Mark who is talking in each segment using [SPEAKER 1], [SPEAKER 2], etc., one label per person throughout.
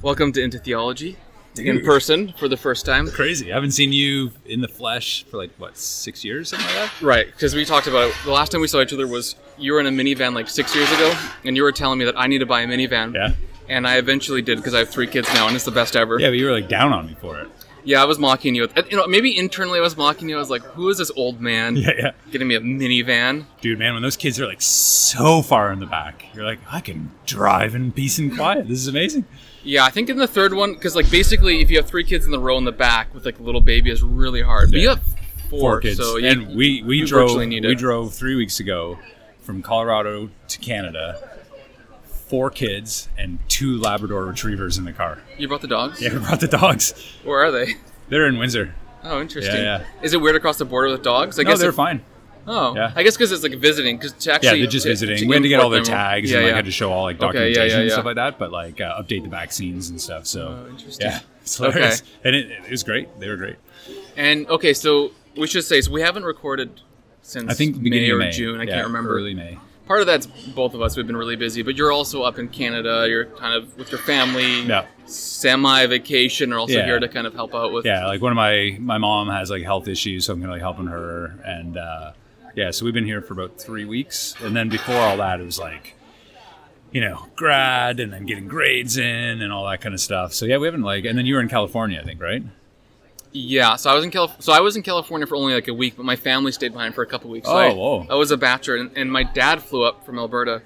[SPEAKER 1] Welcome to Into Theology in person for the first time.
[SPEAKER 2] Crazy. I haven't seen you in the flesh for like what six years, something like that.
[SPEAKER 1] Right, because we talked about it. The last time we saw each other was you were in a minivan like six years ago, and you were telling me that I need to buy a minivan.
[SPEAKER 2] Yeah.
[SPEAKER 1] And I eventually did because I have three kids now, and it's the best ever.
[SPEAKER 2] Yeah, but you were like down on me for it.
[SPEAKER 1] Yeah, I was mocking you. You know, maybe internally I was mocking you. I was like, "Who is this old man
[SPEAKER 2] Yeah, yeah.
[SPEAKER 1] getting me a minivan?"
[SPEAKER 2] Dude, man, when those kids are like so far in the back, you're like, I can drive in peace and quiet. This is amazing.
[SPEAKER 1] Yeah, I think in the third one, because like basically, if you have three kids in the row in the back with like a little baby, is really hard. But you
[SPEAKER 2] Yeah.
[SPEAKER 1] have four,
[SPEAKER 2] Four kids,
[SPEAKER 1] so you,
[SPEAKER 2] and we we
[SPEAKER 1] you
[SPEAKER 2] drove
[SPEAKER 1] virtually need
[SPEAKER 2] we
[SPEAKER 1] it.
[SPEAKER 2] drove three weeks ago from Colorado to Canada. Four kids and two Labrador retrievers in the car.
[SPEAKER 1] you brought the dogs.
[SPEAKER 2] Yeah, we brought the dogs.
[SPEAKER 1] Where are they?
[SPEAKER 2] They're in Windsor.
[SPEAKER 1] Oh, interesting.
[SPEAKER 2] Yeah, yeah.
[SPEAKER 1] Is it weird across the border with dogs? I
[SPEAKER 2] No, they're
[SPEAKER 1] if-
[SPEAKER 2] fine.
[SPEAKER 1] Oh,
[SPEAKER 2] Yeah.
[SPEAKER 1] I guess because it's like visiting. Because to
[SPEAKER 2] Yeah,
[SPEAKER 1] actually, uh,
[SPEAKER 2] they're just
[SPEAKER 1] to-
[SPEAKER 2] visiting. we had to get all their
[SPEAKER 1] import them-
[SPEAKER 2] tags
[SPEAKER 1] Yeah,
[SPEAKER 2] and like
[SPEAKER 1] yeah.
[SPEAKER 2] had to show all like
[SPEAKER 1] Okay, yeah, yeah,
[SPEAKER 2] documentation and
[SPEAKER 1] yeah.
[SPEAKER 2] stuff like that, but like uh, update the vaccines and stuff. So
[SPEAKER 1] Oh, interesting.
[SPEAKER 2] yeah, it's hilarious. And it, it was great. They were great.
[SPEAKER 1] And okay, so we should say so we haven't recorded since
[SPEAKER 2] I think
[SPEAKER 1] May
[SPEAKER 2] beginning
[SPEAKER 1] or
[SPEAKER 2] of May.
[SPEAKER 1] June. I
[SPEAKER 2] Yeah,
[SPEAKER 1] can't remember.
[SPEAKER 2] Early May.
[SPEAKER 1] Part of that's both of us. We've been really busy, but you're also up in Canada. You're kind of with your family.
[SPEAKER 2] Yeah.
[SPEAKER 1] Semi vacation, or also
[SPEAKER 2] Yeah.
[SPEAKER 1] here to kind of help out with.
[SPEAKER 2] Yeah, like one of my my mom has like health issues, so I'm gonna like helping her. And uh, yeah, so we've been here for about three weeks, and then before all that, it was like. You know, grad and then getting grades in and all that kind of stuff. So yeah, we haven't like, and then you were in California, I think, right?
[SPEAKER 1] Yeah, so I was in Calif- so I was in California for only like a week, but my family stayed behind for a couple weeks. So
[SPEAKER 2] Oh,
[SPEAKER 1] I,
[SPEAKER 2] whoa.
[SPEAKER 1] I was a bachelor, and, and my dad flew up from Alberta,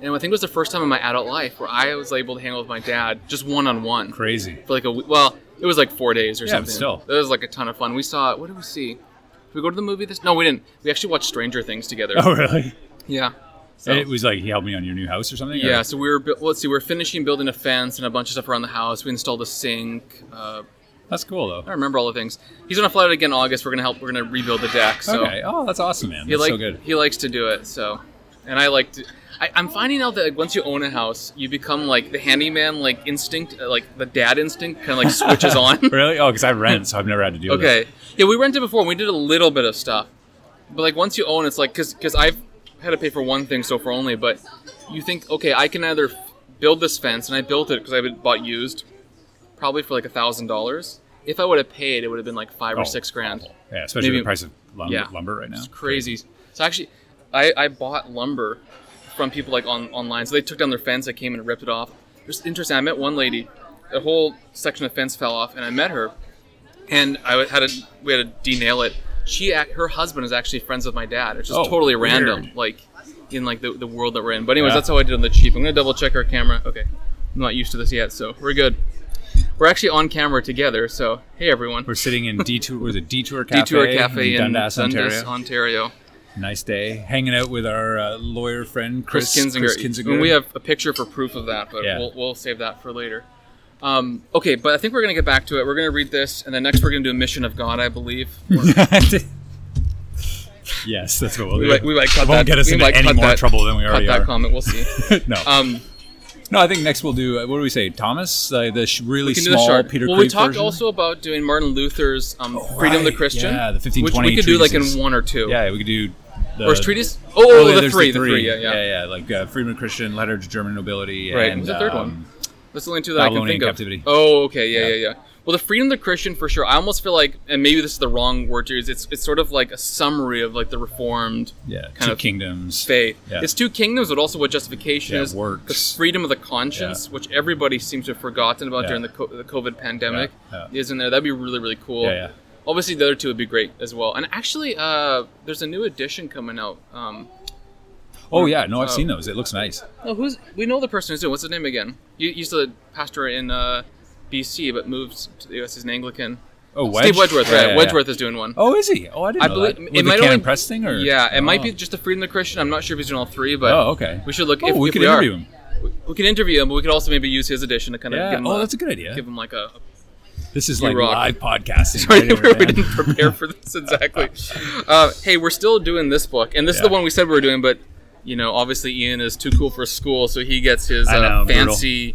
[SPEAKER 1] and I think it was the first time in my adult life where I was able to hang out with my dad just one on one for
[SPEAKER 2] Crazy.
[SPEAKER 1] like a week. Well, it was like four days or
[SPEAKER 2] Yeah, but
[SPEAKER 1] something.
[SPEAKER 2] still.
[SPEAKER 1] it was like a ton of fun. We saw what did we see? Did we go to the movie this? No, we didn't. We actually watched Stranger Things together.
[SPEAKER 2] Oh, really?
[SPEAKER 1] Yeah. So-
[SPEAKER 2] And it was like he helped me on your new house or something. or-
[SPEAKER 1] yeah, so we were bu- let's see, we were finishing building a fence and a bunch of stuff around the house. We installed a sink. Uh,
[SPEAKER 2] That's cool though.
[SPEAKER 1] I don't remember all the things. He's gonna fly out again in August. We're gonna help. We're gonna rebuild the deck. So
[SPEAKER 2] okay. Oh, that's awesome, man.
[SPEAKER 1] he
[SPEAKER 2] That's
[SPEAKER 1] like
[SPEAKER 2] so good.
[SPEAKER 1] he likes to do it. So, and I like to. I, I'm finding out that like, once you own a house, you become like the handyman like instinct, uh, like the dad instinct, kind of like switches on.
[SPEAKER 2] Really? Oh, because I rent, so I've never had to deal with
[SPEAKER 1] okay, yeah, we rented before. and We did a little bit of stuff, but like once you own, it's like because because I've had to pay for one thing so far only, but you think okay, I can either f- build this fence, and I built it because I had bought used, probably for like a thousand dollars. If I would have paid, it would have been like five
[SPEAKER 2] Oh,
[SPEAKER 1] or six grand.
[SPEAKER 2] it. Yeah, especially
[SPEAKER 1] Maybe-
[SPEAKER 2] the price of lumber,
[SPEAKER 1] Yeah.
[SPEAKER 2] lumber right now.
[SPEAKER 1] It's crazy. So actually, I, I bought lumber from people like on online. So they took down their fence. I came and ripped it off. It was interesting. I met one lady. A whole section of fence fell off, and I met her. And I had to we had to denail it. She ac- her husband is actually friends with my dad. It's just
[SPEAKER 2] Oh,
[SPEAKER 1] totally
[SPEAKER 2] weird.
[SPEAKER 1] random, like in like the, the world that we're in. But anyways,
[SPEAKER 2] Yeah.
[SPEAKER 1] that's how I did on the cheap. I'm gonna double check our camera. Okay, I'm not used to this yet, so we're good. We're actually on camera together. So hey everyone,
[SPEAKER 2] We're sitting in detour. Was it detour cafe?
[SPEAKER 1] Detour Cafe in
[SPEAKER 2] Dundas, Ontario.
[SPEAKER 1] Ontario.
[SPEAKER 2] nice day, hanging out with our uh, lawyer friend Chris,
[SPEAKER 1] Chris Kinzinger.
[SPEAKER 2] Kinzinger.
[SPEAKER 1] And we have a picture for proof of that, but
[SPEAKER 2] Yeah.
[SPEAKER 1] we'll, we'll save that for later. Um, okay, but I think we're going to get back to it. We're going to read this, and then next we're going to do a mission of God, I believe. Or-
[SPEAKER 2] yes, that's what we'll
[SPEAKER 1] we
[SPEAKER 2] do.
[SPEAKER 1] might, we might cut
[SPEAKER 2] It won't
[SPEAKER 1] that.
[SPEAKER 2] get us
[SPEAKER 1] we
[SPEAKER 2] into
[SPEAKER 1] might
[SPEAKER 2] any
[SPEAKER 1] cut
[SPEAKER 2] more
[SPEAKER 1] that,
[SPEAKER 2] trouble than we
[SPEAKER 1] Cut
[SPEAKER 2] already
[SPEAKER 1] that
[SPEAKER 2] are.
[SPEAKER 1] comment. We'll see.
[SPEAKER 2] no,
[SPEAKER 1] Um,
[SPEAKER 2] no. I think next we'll do. uh, What do we say, Thomas? Uh, the sh- really
[SPEAKER 1] we can do the
[SPEAKER 2] small
[SPEAKER 1] shard.
[SPEAKER 2] Peter
[SPEAKER 1] well, we
[SPEAKER 2] Creek
[SPEAKER 1] talked
[SPEAKER 2] version? Oh,
[SPEAKER 1] also about doing Martin Luther's um, Freedom of the
[SPEAKER 2] right.
[SPEAKER 1] Christian.
[SPEAKER 2] Yeah, the
[SPEAKER 1] Which
[SPEAKER 2] 1520
[SPEAKER 1] we could do like in
[SPEAKER 2] treatises.
[SPEAKER 1] one or two.
[SPEAKER 2] Yeah, we could do. The,
[SPEAKER 1] Or his treatise? Oh,
[SPEAKER 2] yeah,
[SPEAKER 1] the,
[SPEAKER 2] there's
[SPEAKER 1] three, the three. Yeah, yeah.
[SPEAKER 2] yeah, Like uh, Freedom of Christian, Letter to German Nobility,
[SPEAKER 1] Right.
[SPEAKER 2] and
[SPEAKER 1] What's the third
[SPEAKER 2] um,
[SPEAKER 1] one? That's the only two that I can
[SPEAKER 2] Babylonian
[SPEAKER 1] think of.
[SPEAKER 2] captivity.
[SPEAKER 1] Oh, okay, yeah, yeah,
[SPEAKER 2] Yeah.
[SPEAKER 1] yeah, Well, the freedom of the Christian for sure. I almost feel like, and maybe this is the wrong word to use. It's it's sort of like a summary of like the Reformed
[SPEAKER 2] Yeah,
[SPEAKER 1] kind
[SPEAKER 2] Two
[SPEAKER 1] of
[SPEAKER 2] Kingdoms.
[SPEAKER 1] faith.
[SPEAKER 2] Yeah.
[SPEAKER 1] It's two kingdoms, but also what justification
[SPEAKER 2] Yeah,
[SPEAKER 1] is.
[SPEAKER 2] works.
[SPEAKER 1] The freedom of the conscience, which everybody seems to have forgotten about
[SPEAKER 2] Yeah.
[SPEAKER 1] during the, co- the COVID pandemic,
[SPEAKER 2] Yeah,
[SPEAKER 1] is in there. That'd be really really cool.
[SPEAKER 2] Yeah, yeah.
[SPEAKER 1] Obviously, the other two would be great as well. And actually, uh, there's a new edition coming out. Um,
[SPEAKER 2] Oh yeah, no, I've
[SPEAKER 1] Oh.
[SPEAKER 2] seen those. It looks nice.
[SPEAKER 1] no, who's we know the person who's doing. What's his name again? You used to pastor in uh, BC, but moved to the U.S. as an Anglican.
[SPEAKER 2] Oh, Wedge?
[SPEAKER 1] Steve Wedgeworth,
[SPEAKER 2] Yeah,
[SPEAKER 1] right?
[SPEAKER 2] yeah, yeah.
[SPEAKER 1] Wedgeworth is doing one.
[SPEAKER 2] Oh, is he? Oh, I didn't
[SPEAKER 1] I
[SPEAKER 2] know
[SPEAKER 1] believe
[SPEAKER 2] that.
[SPEAKER 1] it
[SPEAKER 2] With the
[SPEAKER 1] might
[SPEAKER 2] Cannon
[SPEAKER 1] only-
[SPEAKER 2] Press thing, or
[SPEAKER 1] Yeah, it might
[SPEAKER 2] Oh.
[SPEAKER 1] be just the Freedom of the Christian. I'm not sure if he's doing all three, but
[SPEAKER 2] Oh, okay.
[SPEAKER 1] we should look.
[SPEAKER 2] Oh,
[SPEAKER 1] if,
[SPEAKER 2] we
[SPEAKER 1] if
[SPEAKER 2] could
[SPEAKER 1] we are.
[SPEAKER 2] interview him.
[SPEAKER 1] We could interview him, but we could also maybe use his edition to kind of
[SPEAKER 2] Yeah.
[SPEAKER 1] give him.
[SPEAKER 2] Oh,
[SPEAKER 1] a,
[SPEAKER 2] that's a good idea.
[SPEAKER 1] give him like a.
[SPEAKER 2] This is
[SPEAKER 1] You
[SPEAKER 2] like
[SPEAKER 1] rock.
[SPEAKER 2] live podcasting.
[SPEAKER 1] Sorry,
[SPEAKER 2] right here,
[SPEAKER 1] we
[SPEAKER 2] man.
[SPEAKER 1] didn't prepare for this exactly. uh, hey, we're still doing this book, and this is the
[SPEAKER 2] Yeah.
[SPEAKER 1] one we said we were doing, but you know, obviously Ian is too cool for school, so he gets his
[SPEAKER 2] I
[SPEAKER 1] uh,
[SPEAKER 2] know, brutal.
[SPEAKER 1] fancy.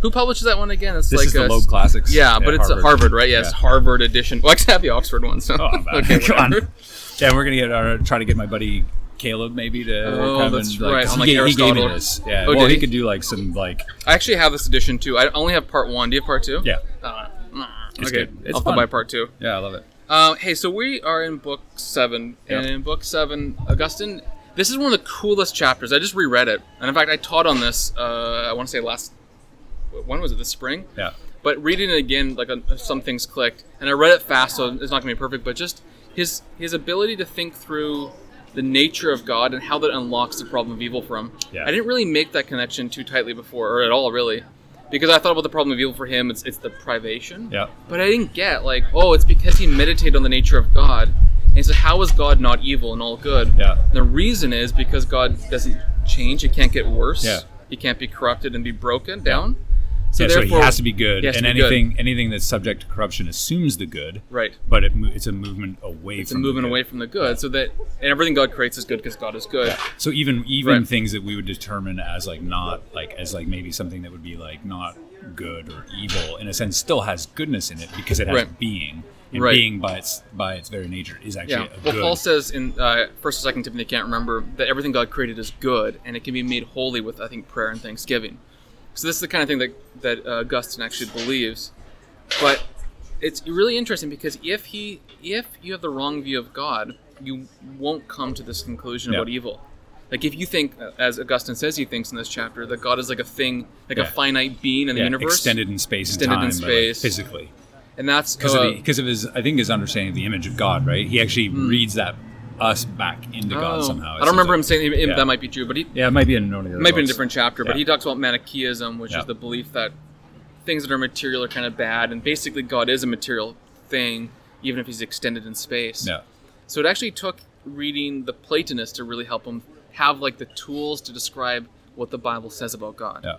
[SPEAKER 1] Who publishes that one again? It's
[SPEAKER 2] This
[SPEAKER 1] like
[SPEAKER 2] is the
[SPEAKER 1] a-
[SPEAKER 2] Loeb Classics.
[SPEAKER 1] Yeah, but
[SPEAKER 2] at
[SPEAKER 1] it's a Harvard, right? Yeah, it's
[SPEAKER 2] Yeah.
[SPEAKER 1] Harvard edition. Well, I actually have the Oxford one. So
[SPEAKER 2] Oh, man.
[SPEAKER 1] okay,
[SPEAKER 2] Come
[SPEAKER 1] whatever.
[SPEAKER 2] on. Yeah, we're gonna get our try to get my buddy Caleb maybe to
[SPEAKER 1] Oh,
[SPEAKER 2] come
[SPEAKER 1] that's
[SPEAKER 2] and
[SPEAKER 1] right,
[SPEAKER 2] like, 'cause
[SPEAKER 1] on, like,
[SPEAKER 2] he, gave, he gave me
[SPEAKER 1] Aristotle.
[SPEAKER 2] this. Yeah,
[SPEAKER 1] Oh,
[SPEAKER 2] well,
[SPEAKER 1] did
[SPEAKER 2] he?
[SPEAKER 1] he?
[SPEAKER 2] could do like some like
[SPEAKER 1] I actually have this edition too. I only have part one. Do you have part two?
[SPEAKER 2] yeah,
[SPEAKER 1] Uh, mm,
[SPEAKER 2] It's
[SPEAKER 1] okay,
[SPEAKER 2] good. It's
[SPEAKER 1] I'll have to
[SPEAKER 2] fun.
[SPEAKER 1] buy part two.
[SPEAKER 2] yeah. I love it.
[SPEAKER 1] Uh, hey, so we are in book seven, and
[SPEAKER 2] Yep.
[SPEAKER 1] in book seven, Augustine. This is one of the coolest chapters. I just reread it, and in fact, I taught on this. Uh, I want to say last. When was it? This spring.
[SPEAKER 2] Yeah,
[SPEAKER 1] But reading it again, like uh, some things clicked, and I read it fast, so it's not gonna be perfect. But just his his ability to think through the nature of God and how that unlocks the problem of evil for him.
[SPEAKER 2] Yeah.
[SPEAKER 1] I didn't really make that connection too tightly before, or at all, really, because I thought about the problem of evil for him. It's it's the privation.
[SPEAKER 2] yeah.
[SPEAKER 1] But I didn't get like, oh, it's because he meditated on the nature of God. And he said, how is God not evil and all good?
[SPEAKER 2] Yeah.
[SPEAKER 1] And the reason is because God doesn't change. He can't get worse.
[SPEAKER 2] Yeah.
[SPEAKER 1] He can't be corrupted and be broken down. So
[SPEAKER 2] yeah, so
[SPEAKER 1] therefore,
[SPEAKER 2] he has to be good,
[SPEAKER 1] he has to
[SPEAKER 2] and
[SPEAKER 1] be good.
[SPEAKER 2] anything anything that's subject to corruption assumes the good,
[SPEAKER 1] right.
[SPEAKER 2] but it, mo- it's a movement away.
[SPEAKER 1] It's a movement away from the good, so that and everything God creates is good because God is good.
[SPEAKER 2] So even even
[SPEAKER 1] Right.
[SPEAKER 2] things that we would determine as like not like as like maybe something that would be like not good or evil in a sense still has goodness in it because it has
[SPEAKER 1] Right.
[SPEAKER 2] being and
[SPEAKER 1] Right.
[SPEAKER 2] being by its by its very nature is actually
[SPEAKER 1] Yeah.
[SPEAKER 2] a
[SPEAKER 1] Well,
[SPEAKER 2] good.
[SPEAKER 1] Paul says in uh, First or Second Timothy, I can't remember, that everything God created is good, and it can be made holy with, I think, prayer and thanksgiving. So this is the kind of thing that that uh, Augustine actually believes. But it's really interesting because if he, if you have the wrong view of God, you won't come to this conclusion
[SPEAKER 2] Yeah.
[SPEAKER 1] about evil. Like if you think, uh, as Augustine says, he thinks in this chapter that God is like a thing, like
[SPEAKER 2] Yeah.
[SPEAKER 1] a finite being in the
[SPEAKER 2] yeah,
[SPEAKER 1] universe,
[SPEAKER 2] extended in space
[SPEAKER 1] Extended in
[SPEAKER 2] and time, but, like,
[SPEAKER 1] space.
[SPEAKER 2] physically
[SPEAKER 1] and that's
[SPEAKER 2] because
[SPEAKER 1] uh, Hmm.
[SPEAKER 2] of because of his I think his understanding of the image of God. Right, he actually reads that us back into
[SPEAKER 1] oh.
[SPEAKER 2] God somehow. it
[SPEAKER 1] I
[SPEAKER 2] seems
[SPEAKER 1] don't remember
[SPEAKER 2] like.
[SPEAKER 1] him saying him-
[SPEAKER 2] Yeah.
[SPEAKER 1] that might be true, but he,
[SPEAKER 2] Yeah, it might be in one of the other
[SPEAKER 1] It might be in a
[SPEAKER 2] books.
[SPEAKER 1] different chapter, but
[SPEAKER 2] Yeah.
[SPEAKER 1] he talks about Manichaeism, which
[SPEAKER 2] Yeah.
[SPEAKER 1] is the belief that things that are material are kind of bad, and basically God is a material thing, even if he's extended in space.
[SPEAKER 2] Yeah,
[SPEAKER 1] So it actually took reading the Platonists to really help him have like the tools to describe what the Bible says about God,
[SPEAKER 2] yeah,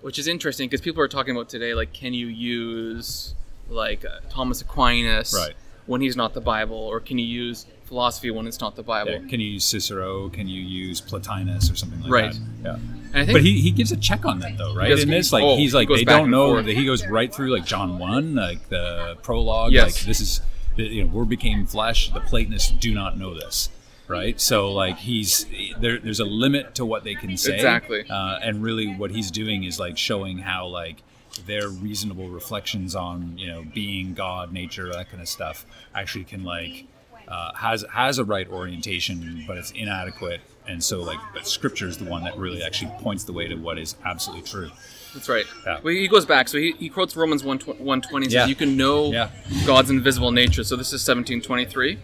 [SPEAKER 1] which is interesting because people are talking about today, like can you use like uh, Thomas Aquinas
[SPEAKER 2] Right.
[SPEAKER 1] when he's not the Bible, or can you use philosophy when it's not the Bible?
[SPEAKER 2] yeah. Can you use Cicero? Can you use Plotinus or something like
[SPEAKER 1] Right.
[SPEAKER 2] that? Yeah.
[SPEAKER 1] And I think
[SPEAKER 2] But he, he gives a check on that though, right?
[SPEAKER 1] does-
[SPEAKER 2] In this, like
[SPEAKER 1] oh,
[SPEAKER 2] he's
[SPEAKER 1] he
[SPEAKER 2] like
[SPEAKER 1] goes
[SPEAKER 2] they
[SPEAKER 1] back
[SPEAKER 2] don't
[SPEAKER 1] and
[SPEAKER 2] know
[SPEAKER 1] forth.
[SPEAKER 2] that he goes right through like John one, like the prologue.
[SPEAKER 1] Yes.
[SPEAKER 2] Like this is the- you know, word became flesh. The Platonists do not know this, right? So like he's there. There's a limit to what they can say.
[SPEAKER 1] Exactly.
[SPEAKER 2] Uh, and really, what he's doing is like showing how like their reasonable reflections on you know being God, nature, that kind of stuff actually can like uh, has has a right orientation, but it's inadequate. And so, like, but scripture is the one that really actually points the way to what is absolutely true.
[SPEAKER 1] That's right.
[SPEAKER 2] Yeah.
[SPEAKER 1] Well, he goes back. So he, he quotes Romans 1, 120 and says,
[SPEAKER 2] Yeah.
[SPEAKER 1] You can know
[SPEAKER 2] Yeah.
[SPEAKER 1] God's invisible nature. So this is 1723.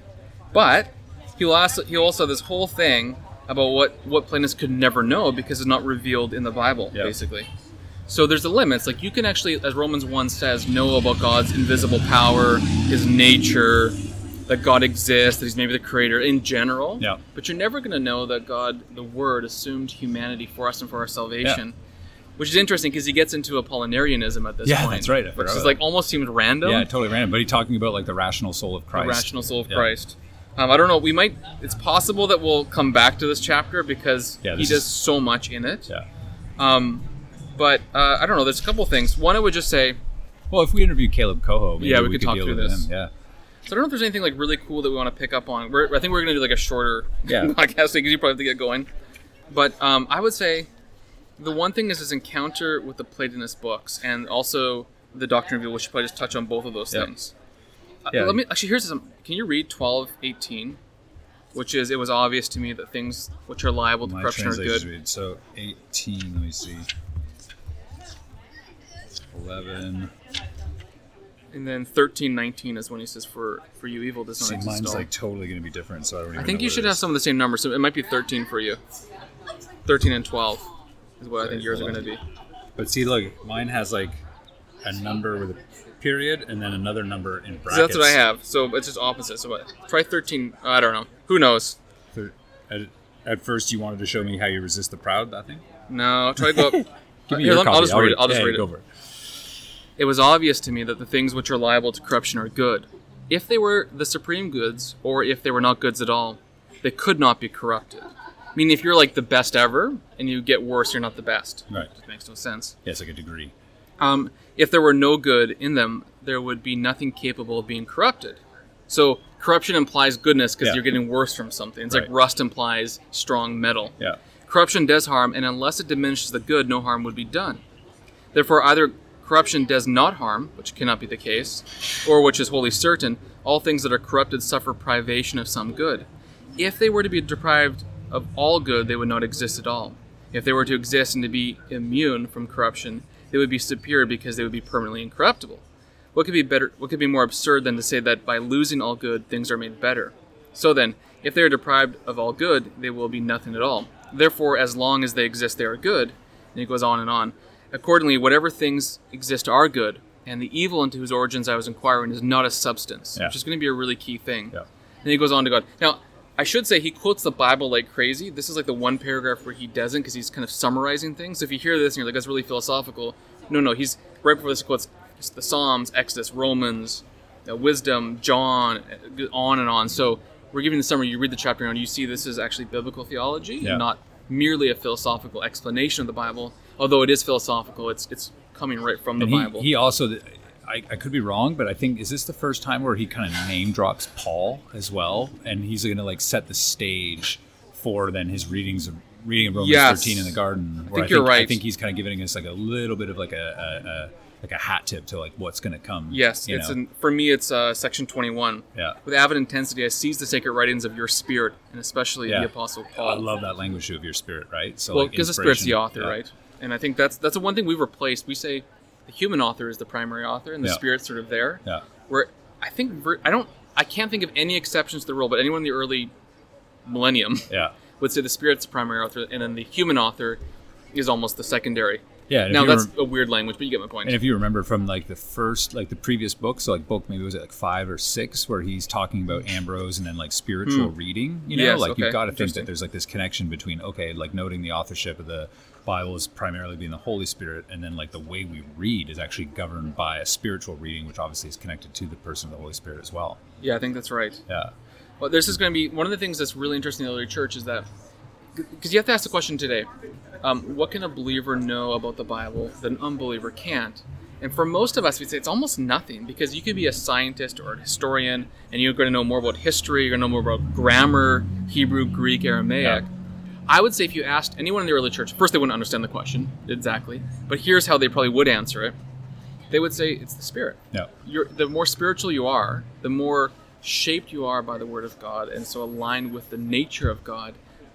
[SPEAKER 1] But he'll also, he also have this whole thing about what, what Plaintiffs could never know because it's not revealed in the Bible,
[SPEAKER 2] Yeah.
[SPEAKER 1] basically. So there's the limits. Like you can actually, as Romans 1 says, know about God's invisible power, his nature, that God exists, that he's maybe the creator in general.
[SPEAKER 2] Yeah.
[SPEAKER 1] But you're never going to know that God, the Word, assumed humanity for us and for our salvation. Which is interesting because he gets into Apollinarianism at this
[SPEAKER 2] Yeah,
[SPEAKER 1] point.
[SPEAKER 2] that's right. I forgot
[SPEAKER 1] Which
[SPEAKER 2] about
[SPEAKER 1] is like almost seemed random.
[SPEAKER 2] Yeah, totally random. But he's talking about like the rational soul of
[SPEAKER 1] Um, the
[SPEAKER 2] Christ.
[SPEAKER 1] rational soul of
[SPEAKER 2] Yeah.
[SPEAKER 1] Christ. Um, I don't know. We might. It's possible that we'll come back to this chapter because
[SPEAKER 2] Yeah,
[SPEAKER 1] he
[SPEAKER 2] this
[SPEAKER 1] does
[SPEAKER 2] is-
[SPEAKER 1] so much in it.
[SPEAKER 2] Yeah.
[SPEAKER 1] Um, but uh, I don't know. There's a couple things. One, I would just say,
[SPEAKER 2] Well, if we interview Caleb Coho, maybe
[SPEAKER 1] Yeah,
[SPEAKER 2] we,
[SPEAKER 1] we could talk
[SPEAKER 2] deal
[SPEAKER 1] through
[SPEAKER 2] with
[SPEAKER 1] this.
[SPEAKER 2] him. Yeah.
[SPEAKER 1] so I don't know if there's anything like really cool that we want to pick up on. We're, I think we're gonna do like a shorter
[SPEAKER 2] Yeah.
[SPEAKER 1] podcast because you probably have to get going. But um, I would say the one thing is his encounter with the Platonist books and also the Doctrine of Evil. We should probably just touch on both of those
[SPEAKER 2] Yeah.
[SPEAKER 1] things. Uh,
[SPEAKER 2] Yeah.
[SPEAKER 1] Let me actually. Here's some. Can you read twelve eighteen? Which is it was obvious to me that things which are liable to
[SPEAKER 2] My
[SPEAKER 1] corruption are
[SPEAKER 2] translation's
[SPEAKER 1] good.
[SPEAKER 2] weird. So 18, let me see. 11.
[SPEAKER 1] And then thirteen nineteen is when he says, "For for you, evil does not
[SPEAKER 2] See,
[SPEAKER 1] exist." at
[SPEAKER 2] mine's
[SPEAKER 1] all."
[SPEAKER 2] like totally going to be different, so I don't even
[SPEAKER 1] I think
[SPEAKER 2] know
[SPEAKER 1] you
[SPEAKER 2] what
[SPEAKER 1] should
[SPEAKER 2] it
[SPEAKER 1] have
[SPEAKER 2] is.
[SPEAKER 1] some of the same numbers. So it might be 13 for you. 13 and 12 is what I think yours are going to be.
[SPEAKER 2] But see, look, mine has like a number with a period and then another number in brackets.
[SPEAKER 1] So that's what I have. So it's just opposite. So what? Try 13. I don't know. Who knows?
[SPEAKER 2] So, At, at first, you wanted to show me how you resist the proud. I think.
[SPEAKER 1] No. Try go up.
[SPEAKER 2] Give me
[SPEAKER 1] Uh, Here,
[SPEAKER 2] your
[SPEAKER 1] let- I'll
[SPEAKER 2] copy.
[SPEAKER 1] just read it. I'll just
[SPEAKER 2] yeah,
[SPEAKER 1] read it.
[SPEAKER 2] Go for it.
[SPEAKER 1] It was obvious to me that the things which are liable to corruption are good. If they were the supreme goods, or if they were not goods at all, they could not be corrupted. I mean, if you're like the best ever and you get worse, you're not the best.
[SPEAKER 2] Right.
[SPEAKER 1] It makes no sense.
[SPEAKER 2] Yeah, it's like a degree.
[SPEAKER 1] um, if there were no good in them, there would be nothing capable of being corrupted. So corruption implies goodness because
[SPEAKER 2] Yeah.
[SPEAKER 1] you're getting worse from something. It's
[SPEAKER 2] Right.
[SPEAKER 1] like rust implies strong metal.
[SPEAKER 2] Yeah.
[SPEAKER 1] Corruption does harm, and unless it diminishes the good, no harm would be done. Therefore, either corruption does not harm, which cannot be the case, or which is wholly certain, all things that are corrupted suffer privation of some good. If they were to be deprived of all good, they would not exist at all. If they were to exist and to be immune from corruption, they would be superior because they would be permanently incorruptible. What could be better? What could be more absurd than to say that by losing all good, things are made better? So then, if they are deprived of all good, they will be nothing at all. Therefore, as long as they exist, they are good. And it goes on and on. Accordingly, whatever things exist are good, and the evil into whose origins I was inquiring is not a substance,
[SPEAKER 2] Yeah.
[SPEAKER 1] which is going to be a really key thing.
[SPEAKER 2] Yeah.
[SPEAKER 1] And he goes on to God. Now, I should say he quotes the Bible like crazy. This is like the one paragraph where he doesn't because he's kind of summarizing things. If you hear this and you're like, that's really philosophical, no, no, he's right before this he quotes the Psalms, Exodus, Romans, uh, Wisdom, John, uh, on and on. So we're giving the summary. You read the chapter and you see this is actually biblical theology
[SPEAKER 2] Yeah.
[SPEAKER 1] and not merely a philosophical explanation of the Bible. Although it is philosophical, it's it's coming right from the
[SPEAKER 2] And he,
[SPEAKER 1] Bible.
[SPEAKER 2] he also, I, I could be wrong, but I think is this the first time where he kind of name drops Paul as well, and he's going to like set the stage for then his readings of reading of Romans
[SPEAKER 1] Yes.
[SPEAKER 2] thirteen in the garden.
[SPEAKER 1] think you're
[SPEAKER 2] I
[SPEAKER 1] right.
[SPEAKER 2] think he's kind of giving us like a little bit of like a, a, a like a hat tip to like what's going to come.
[SPEAKER 1] Yes,
[SPEAKER 2] you
[SPEAKER 1] it's
[SPEAKER 2] know?
[SPEAKER 1] in, for me. It's uh, section twenty-one.
[SPEAKER 2] Yeah.
[SPEAKER 1] With avid intensity, I seize the sacred writings of your spirit, and especially
[SPEAKER 2] Yeah.
[SPEAKER 1] the apostle Paul.
[SPEAKER 2] I love that language of your spirit, right? So
[SPEAKER 1] well,
[SPEAKER 2] like,
[SPEAKER 1] because the spirit's the author,
[SPEAKER 2] inspiration- yeah.
[SPEAKER 1] right? And I think that's that's the one thing we've replaced. We say the human author is the primary author, and the
[SPEAKER 2] Yeah.
[SPEAKER 1] spirit's sort of there.
[SPEAKER 2] Yeah.
[SPEAKER 1] Where I think ver- I don't, I can't think of any exceptions to the rule, but anyone in the early millennium
[SPEAKER 2] Yeah.
[SPEAKER 1] would say the spirit's the primary author, and then the human author is almost the secondary.
[SPEAKER 2] Yeah. and if
[SPEAKER 1] now
[SPEAKER 2] you
[SPEAKER 1] that's
[SPEAKER 2] rem-
[SPEAKER 1] a weird language, but you get my point.
[SPEAKER 2] And if you remember from like the first, like the previous book, so like book maybe was it like five or six, where he's talking about Ambrose and then like spiritual reading. You know,
[SPEAKER 1] Hmm. Yes,
[SPEAKER 2] like you've
[SPEAKER 1] okay,
[SPEAKER 2] got to think that
[SPEAKER 1] interesting.
[SPEAKER 2] there's like this connection between okay, like noting the authorship of the Bible is primarily being the Holy Spirit, and then like the way we read is actually governed by a spiritual reading, which obviously is connected to the person of the Holy Spirit as well.
[SPEAKER 1] yeah, I think that's right.
[SPEAKER 2] Yeah,
[SPEAKER 1] Well, this is going to be one of the things that's really interesting in the early church is that because you have to ask the question today um, what can a believer know about the Bible that an unbeliever can't? And for most of us, we'd say it's almost nothing because you could be a scientist or a historian and you're going to know more about history, you're going to know more about grammar, Hebrew, Greek, Aramaic.
[SPEAKER 2] Yeah.
[SPEAKER 1] I would say if you asked anyone in the early church, first they wouldn't understand the question exactly, but here's how they probably would answer it they would say it's the Spirit
[SPEAKER 2] yeah,
[SPEAKER 1] you're, the more spiritual you are, the more shaped you are by the Word of God, and so aligned with the nature of God,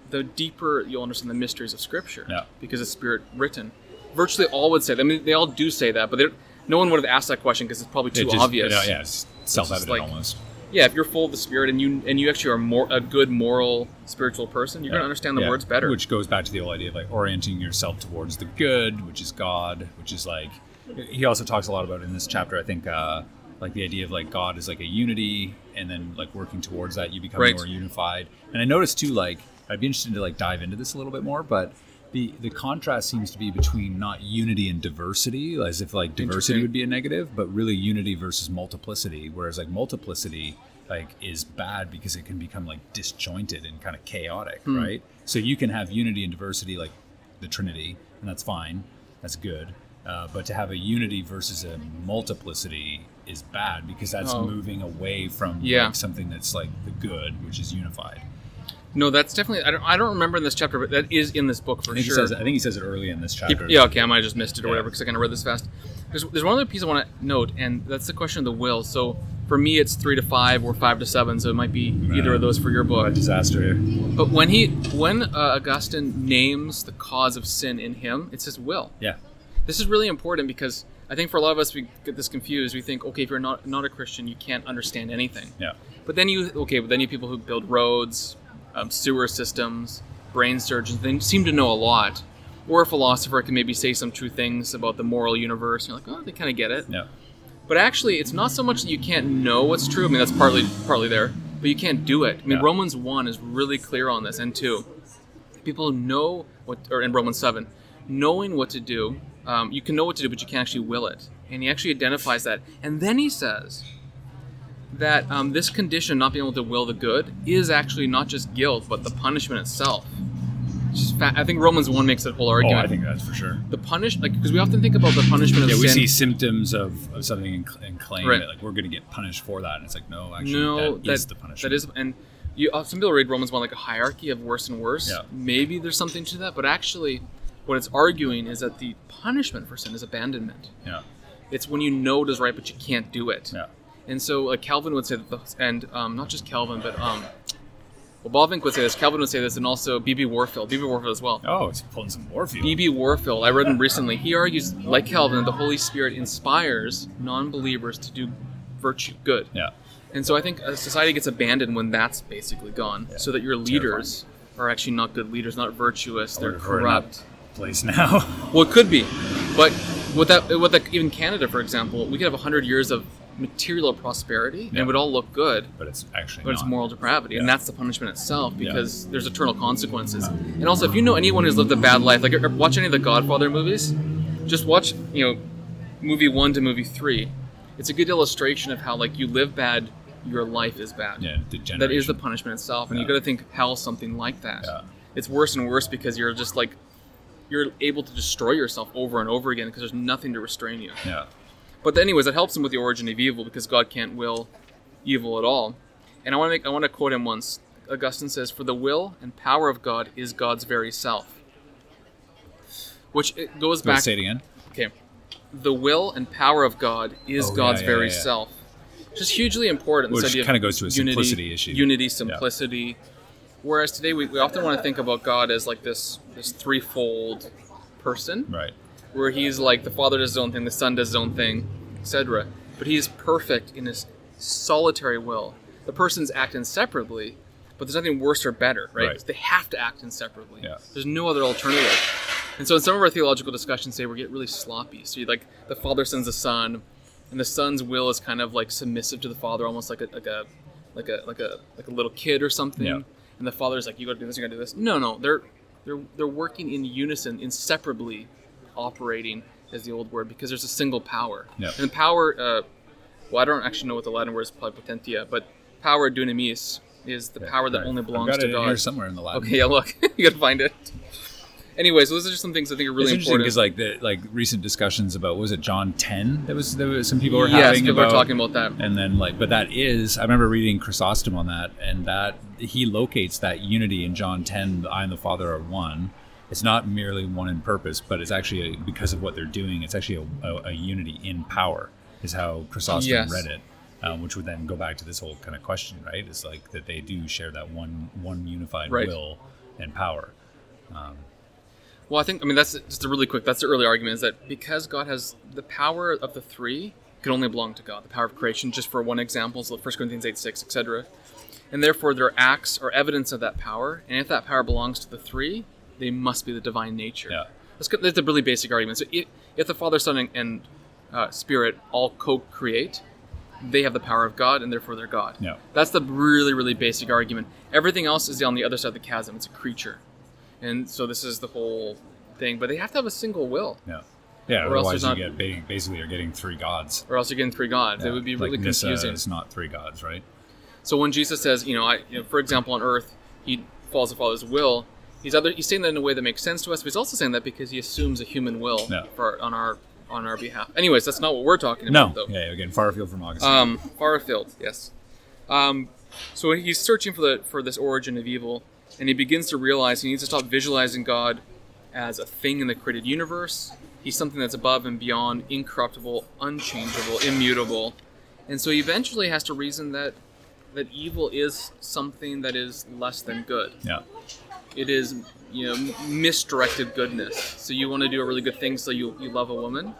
[SPEAKER 1] the deeper you'll understand the mysteries of Scripture.
[SPEAKER 2] Yeah.
[SPEAKER 1] Because it's Spirit written. Virtually all would say that. I mean, they all do say that, but they don't- no one would have asked that question because it's probably too
[SPEAKER 2] It just-
[SPEAKER 1] obvious.
[SPEAKER 2] Yeah, yeah, it's self-evident
[SPEAKER 1] like-
[SPEAKER 2] almost.
[SPEAKER 1] Yeah, if you're full of the Spirit and you and you actually are more a good moral spiritual person, you're
[SPEAKER 2] Yeah.
[SPEAKER 1] gonna understand the
[SPEAKER 2] Yeah.
[SPEAKER 1] words better.
[SPEAKER 2] Which goes back to the whole idea of like orienting yourself towards the good, which is God, which is like he also talks a lot about in this chapter. I think uh, like the idea of like God is like a unity, and then like working towards that, you become
[SPEAKER 1] Right.
[SPEAKER 2] more unified. And I noticed too, like I'd be interested to like dive into this a little bit more, but. The, the contrast seems to be between not unity and diversity, as if like diversity
[SPEAKER 1] Interesting.
[SPEAKER 2] would be a negative, but really unity versus multiplicity. Whereas like multiplicity like is bad because it can become like disjointed and kind of chaotic,
[SPEAKER 1] Hmm.
[SPEAKER 2] right? So you can have unity and diversity like the Trinity, and that's fine, that's good. Uh, but to have a unity versus a multiplicity is bad because that's
[SPEAKER 1] Oh.
[SPEAKER 2] moving away from
[SPEAKER 1] Yeah.
[SPEAKER 2] like, something that's like the good, which is unified.
[SPEAKER 1] no, that's definitely. I don't, I don't remember in this chapter, but that is in this book for
[SPEAKER 2] I think,
[SPEAKER 1] sure.
[SPEAKER 2] he says, I think he says it early in this chapter.
[SPEAKER 1] Yeah, okay, I might have just missed it or
[SPEAKER 2] Yeah.
[SPEAKER 1] whatever because I kind of read this fast. There's, there's one other piece I want to note, and that's the question of the will. So for me, it's three to five or five to seven, so it might be either of those for your
[SPEAKER 2] A
[SPEAKER 1] book.
[SPEAKER 2] disaster.
[SPEAKER 1] But when he, when uh, Augustine names the cause of sin in him, it's his will.
[SPEAKER 2] Yeah.
[SPEAKER 1] This is really important because I think for a lot of us, we get this confused. We think, okay, if you're not not a Christian, you can't understand anything.
[SPEAKER 2] Yeah.
[SPEAKER 1] But then you okay, but then you have people who build roads, um, sewer systems, brain surgeons, they seem to know a lot. Or a philosopher can maybe say some true things about the moral universe, and you're like, oh, they kind of get it.
[SPEAKER 2] Yeah.
[SPEAKER 1] But actually, it's not so much that you can't know what's true. I mean, that's partly partly there, but you can't do it. I mean,
[SPEAKER 2] Yeah.
[SPEAKER 1] Romans one is really clear on this, and two, people know what, or in Romans seven, knowing what to do, um, you can know what to do, but you can't actually will it. And he actually identifies that, and then he says that um, this condition, not being able to will the good, is actually not just guilt, but the punishment itself. Just fa- I think Romans one makes that whole
[SPEAKER 2] Oh,
[SPEAKER 1] argument.
[SPEAKER 2] I think that's for sure.
[SPEAKER 1] the punish, like, because we often think about the punishment of
[SPEAKER 2] Yeah, we
[SPEAKER 1] sin.
[SPEAKER 2] see symptoms of, of something and, cl- and claim
[SPEAKER 1] Right.
[SPEAKER 2] that like we're going to get punished for that, and it's like no, actually,
[SPEAKER 1] no,
[SPEAKER 2] that is the punishment.
[SPEAKER 1] That is, and you, uh, some people read Romans one like a hierarchy of worse and worse.
[SPEAKER 2] Yeah.
[SPEAKER 1] Maybe there's something to that, but actually, what it's arguing is that the punishment for sin is abandonment.
[SPEAKER 2] yeah,
[SPEAKER 1] It's when you know it is right, but you can't do it.
[SPEAKER 2] yeah,
[SPEAKER 1] And so, like Calvin would say that, the, and um, not just Calvin, but um, well, Balvink would say this. Calvin would say this, and also B.B. Warfield, B.B. Warfield as well.
[SPEAKER 2] Oh, he's pulling some Morpheus.
[SPEAKER 1] B.B. Warfield, I read him recently. He argues, like Calvin, that the Holy Spirit inspires non-believers to do virtue, good.
[SPEAKER 2] yeah,
[SPEAKER 1] And so I think uh, society gets abandoned when that's basically gone, so that your leaders are actually not good leaders, not virtuous. They're
[SPEAKER 2] We're- we're in that
[SPEAKER 1] corrupt.
[SPEAKER 2] place now.
[SPEAKER 1] Well, it could be, but with that, with that, even Canada, for example, we could have hundred years of material prosperity, and it
[SPEAKER 2] Yeah.
[SPEAKER 1] would all look good,
[SPEAKER 2] but it's actually
[SPEAKER 1] but it's
[SPEAKER 2] not.
[SPEAKER 1] moral depravity, and
[SPEAKER 2] Yeah.
[SPEAKER 1] that's the punishment itself because there's eternal consequences. And also, if you know anyone who's lived a bad life, like or watch any of the Godfather movies, just watch you know movie one to movie three. It's a good illustration of how like you live bad, your life is bad.
[SPEAKER 2] yeah, degeneration.
[SPEAKER 1] That is the punishment itself, and you got
[SPEAKER 2] Yeah.
[SPEAKER 1] to think hell something like that.
[SPEAKER 2] Yeah.
[SPEAKER 1] It's worse and worse because you're just like you're able to destroy yourself over and over again because there's nothing to restrain you.
[SPEAKER 2] yeah,
[SPEAKER 1] But anyways, it helps him with the origin of evil because God can't will evil at all. And I want to make I want to quote him once. Augustine says, "For the will and power of God is God's very self," which it goes
[SPEAKER 2] Go
[SPEAKER 1] back.
[SPEAKER 2] say it again.
[SPEAKER 1] Okay. The will and power of God is
[SPEAKER 2] Oh,
[SPEAKER 1] God's
[SPEAKER 2] yeah, yeah,
[SPEAKER 1] very
[SPEAKER 2] yeah, yeah.
[SPEAKER 1] self. Which is hugely important.
[SPEAKER 2] Which
[SPEAKER 1] this idea
[SPEAKER 2] kinda goes to a
[SPEAKER 1] unity-
[SPEAKER 2] simplicity issue.
[SPEAKER 1] Unity, simplicity. Whereas today we, we often want to think about God as like this this threefold person
[SPEAKER 2] Right.
[SPEAKER 1] where he's like the father does his own thing, the son does his own thing, etc. But he is perfect in his solitary will. The person's acting separately, but there's nothing worse or better, right?
[SPEAKER 2] Right.
[SPEAKER 1] They have to act in separately.
[SPEAKER 2] Yeah.
[SPEAKER 1] There's no other alternative. And so in some of our theological discussions today, we get really sloppy. So you like the father sends the son, and the son's will is kind of like submissive to the father, almost like a like a like a like a like a little kid or something.
[SPEAKER 2] Yeah.
[SPEAKER 1] And the father's like, "You got to do this. You got to do this." No, no, they're they're they're working in unison, inseparably, operating as the old word because there's a single power.
[SPEAKER 2] Yeah.
[SPEAKER 1] And power, uh, well, I don't actually know what the Latin word is, probably potentia, but power dunamis is the power that
[SPEAKER 2] Right.
[SPEAKER 1] only
[SPEAKER 2] I've
[SPEAKER 1] belongs
[SPEAKER 2] got
[SPEAKER 1] to
[SPEAKER 2] it in
[SPEAKER 1] God.
[SPEAKER 2] here somewhere in the lab.
[SPEAKER 1] Okay, yeah, look, you gotta find it. Anyway, so those are just some things I think are really
[SPEAKER 2] it's interesting
[SPEAKER 1] important.
[SPEAKER 2] because like the like recent discussions about was it John ten that was there was some people were
[SPEAKER 1] yes,
[SPEAKER 2] having
[SPEAKER 1] people
[SPEAKER 2] about
[SPEAKER 1] are talking about that.
[SPEAKER 2] and then like but that is I remember reading Chrysostom on that and that he locates that unity in John ten I and the Father are one. It's not merely one in purpose, but it's actually because of what they're doing. It's actually a, a, a unity in power is how Chrysostom
[SPEAKER 1] Yes.
[SPEAKER 2] read it. Um, which would then go back to this whole kind of question, right? It's like that they do share that one one unified
[SPEAKER 1] Right.
[SPEAKER 2] will and power.
[SPEAKER 1] Well, I think I mean that's just a really quick. That's the early argument is that because God has the power of the three can only belong to God. The power of creation, just for one example, so 1 Corinthians eight six, etc. And therefore, their acts are evidence of that power. And if that power belongs to the three, they must be the divine nature.
[SPEAKER 2] Yeah.
[SPEAKER 1] That's, good- that's a really basic argument. So if, if the Father, Son, and, and uh, Spirit all co-create, they have the power of God, and therefore they're God.
[SPEAKER 2] Yeah.
[SPEAKER 1] That's the really, really basic argument. Everything else is on the other side of the chasm. It's a creature. And so this is the whole thing. But they have to have a single will,
[SPEAKER 2] Yeah. Yeah,
[SPEAKER 1] Or else
[SPEAKER 2] otherwise
[SPEAKER 1] there's
[SPEAKER 2] you
[SPEAKER 1] not-
[SPEAKER 2] get ba- basically you're getting three gods.
[SPEAKER 1] or else you're getting three gods. It would be really
[SPEAKER 2] like Nyssa
[SPEAKER 1] confusing.
[SPEAKER 2] is not three gods, right?
[SPEAKER 1] So when Jesus says, you know, I, you know, for example, on earth, he follows the Father's will. He's other, he's saying that in a way that makes sense to us, but he's also saying that because he assumes a human will
[SPEAKER 2] Yeah.
[SPEAKER 1] for on our on our behalf. Anyways, that's not what we're talking
[SPEAKER 2] No.
[SPEAKER 1] about, though.
[SPEAKER 2] Yeah, again, far afield from Augustine.
[SPEAKER 1] Um, Farafield, yes. Um, so he's searching for the for this origin of evil, and he begins to realize he needs to stop visualizing God as a thing in the created universe. He's something that's above and beyond, incorruptible, unchangeable, immutable, and so he eventually has to reason that that evil is something that is less than good.
[SPEAKER 2] yeah.
[SPEAKER 1] It is you know misdirected goodness. So you want to do a really good thing, so you you love a woman,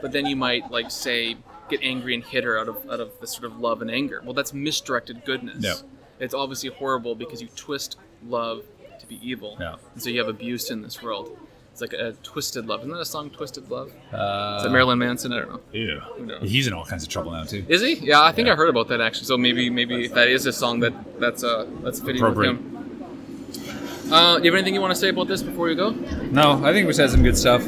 [SPEAKER 1] but then you might like say get angry and hit her out of out of the sort of love and anger. Well, that's misdirected goodness.
[SPEAKER 2] Yeah.
[SPEAKER 1] It's obviously horrible because you twist love to be evil.
[SPEAKER 2] Yeah.
[SPEAKER 1] And so you have abuse in this world. It's like a twisted love. Isn't that a song, Twisted Love? Is
[SPEAKER 2] Uh,
[SPEAKER 1] that Marilyn Manson? I don't know.
[SPEAKER 2] ew.
[SPEAKER 1] knows?
[SPEAKER 2] He's in all kinds of trouble now too.
[SPEAKER 1] Is he? Yeah, I think
[SPEAKER 2] Yeah.
[SPEAKER 1] I heard about that actually. So maybe maybe that is a song that that's uh that's fitting with
[SPEAKER 2] Appropriate.
[SPEAKER 1] him. Uh, do you have anything you want to say about this before we go?
[SPEAKER 2] No, I think we said some good stuff.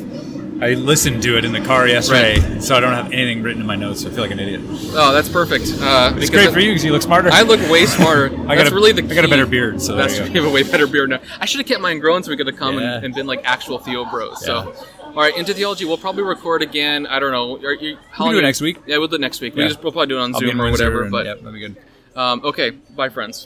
[SPEAKER 2] I listened to it in the car yesterday,
[SPEAKER 1] Right.
[SPEAKER 2] so I don't have anything written in my notes. So I feel like an idiot.
[SPEAKER 1] Oh, that's perfect. Uh,
[SPEAKER 2] It's
[SPEAKER 1] because
[SPEAKER 2] great
[SPEAKER 1] I-
[SPEAKER 2] for you because you look smarter.
[SPEAKER 1] I look way smarter.
[SPEAKER 2] I got
[SPEAKER 1] that's
[SPEAKER 2] a,
[SPEAKER 1] really the.
[SPEAKER 2] I got a
[SPEAKER 1] key.
[SPEAKER 2] better beard, so
[SPEAKER 1] That's
[SPEAKER 2] there you
[SPEAKER 1] we have a way better beard now. I should have kept mine growing so we could have come
[SPEAKER 2] Yeah.
[SPEAKER 1] and, and been like actual Theo bros. So, all right, into theology. We'll probably record again. I don't know. Are you, how
[SPEAKER 2] We can
[SPEAKER 1] long
[SPEAKER 2] do it
[SPEAKER 1] you-
[SPEAKER 2] next week.
[SPEAKER 1] Yeah, we'll do it next week. We
[SPEAKER 2] Yeah.
[SPEAKER 1] just, we'll probably do it on
[SPEAKER 2] I'll be
[SPEAKER 1] Zoom
[SPEAKER 2] in
[SPEAKER 1] or
[SPEAKER 2] Windsor
[SPEAKER 1] whatever.
[SPEAKER 2] and-
[SPEAKER 1] But
[SPEAKER 2] yep, that'd be good.
[SPEAKER 1] um, okay, bye, friends.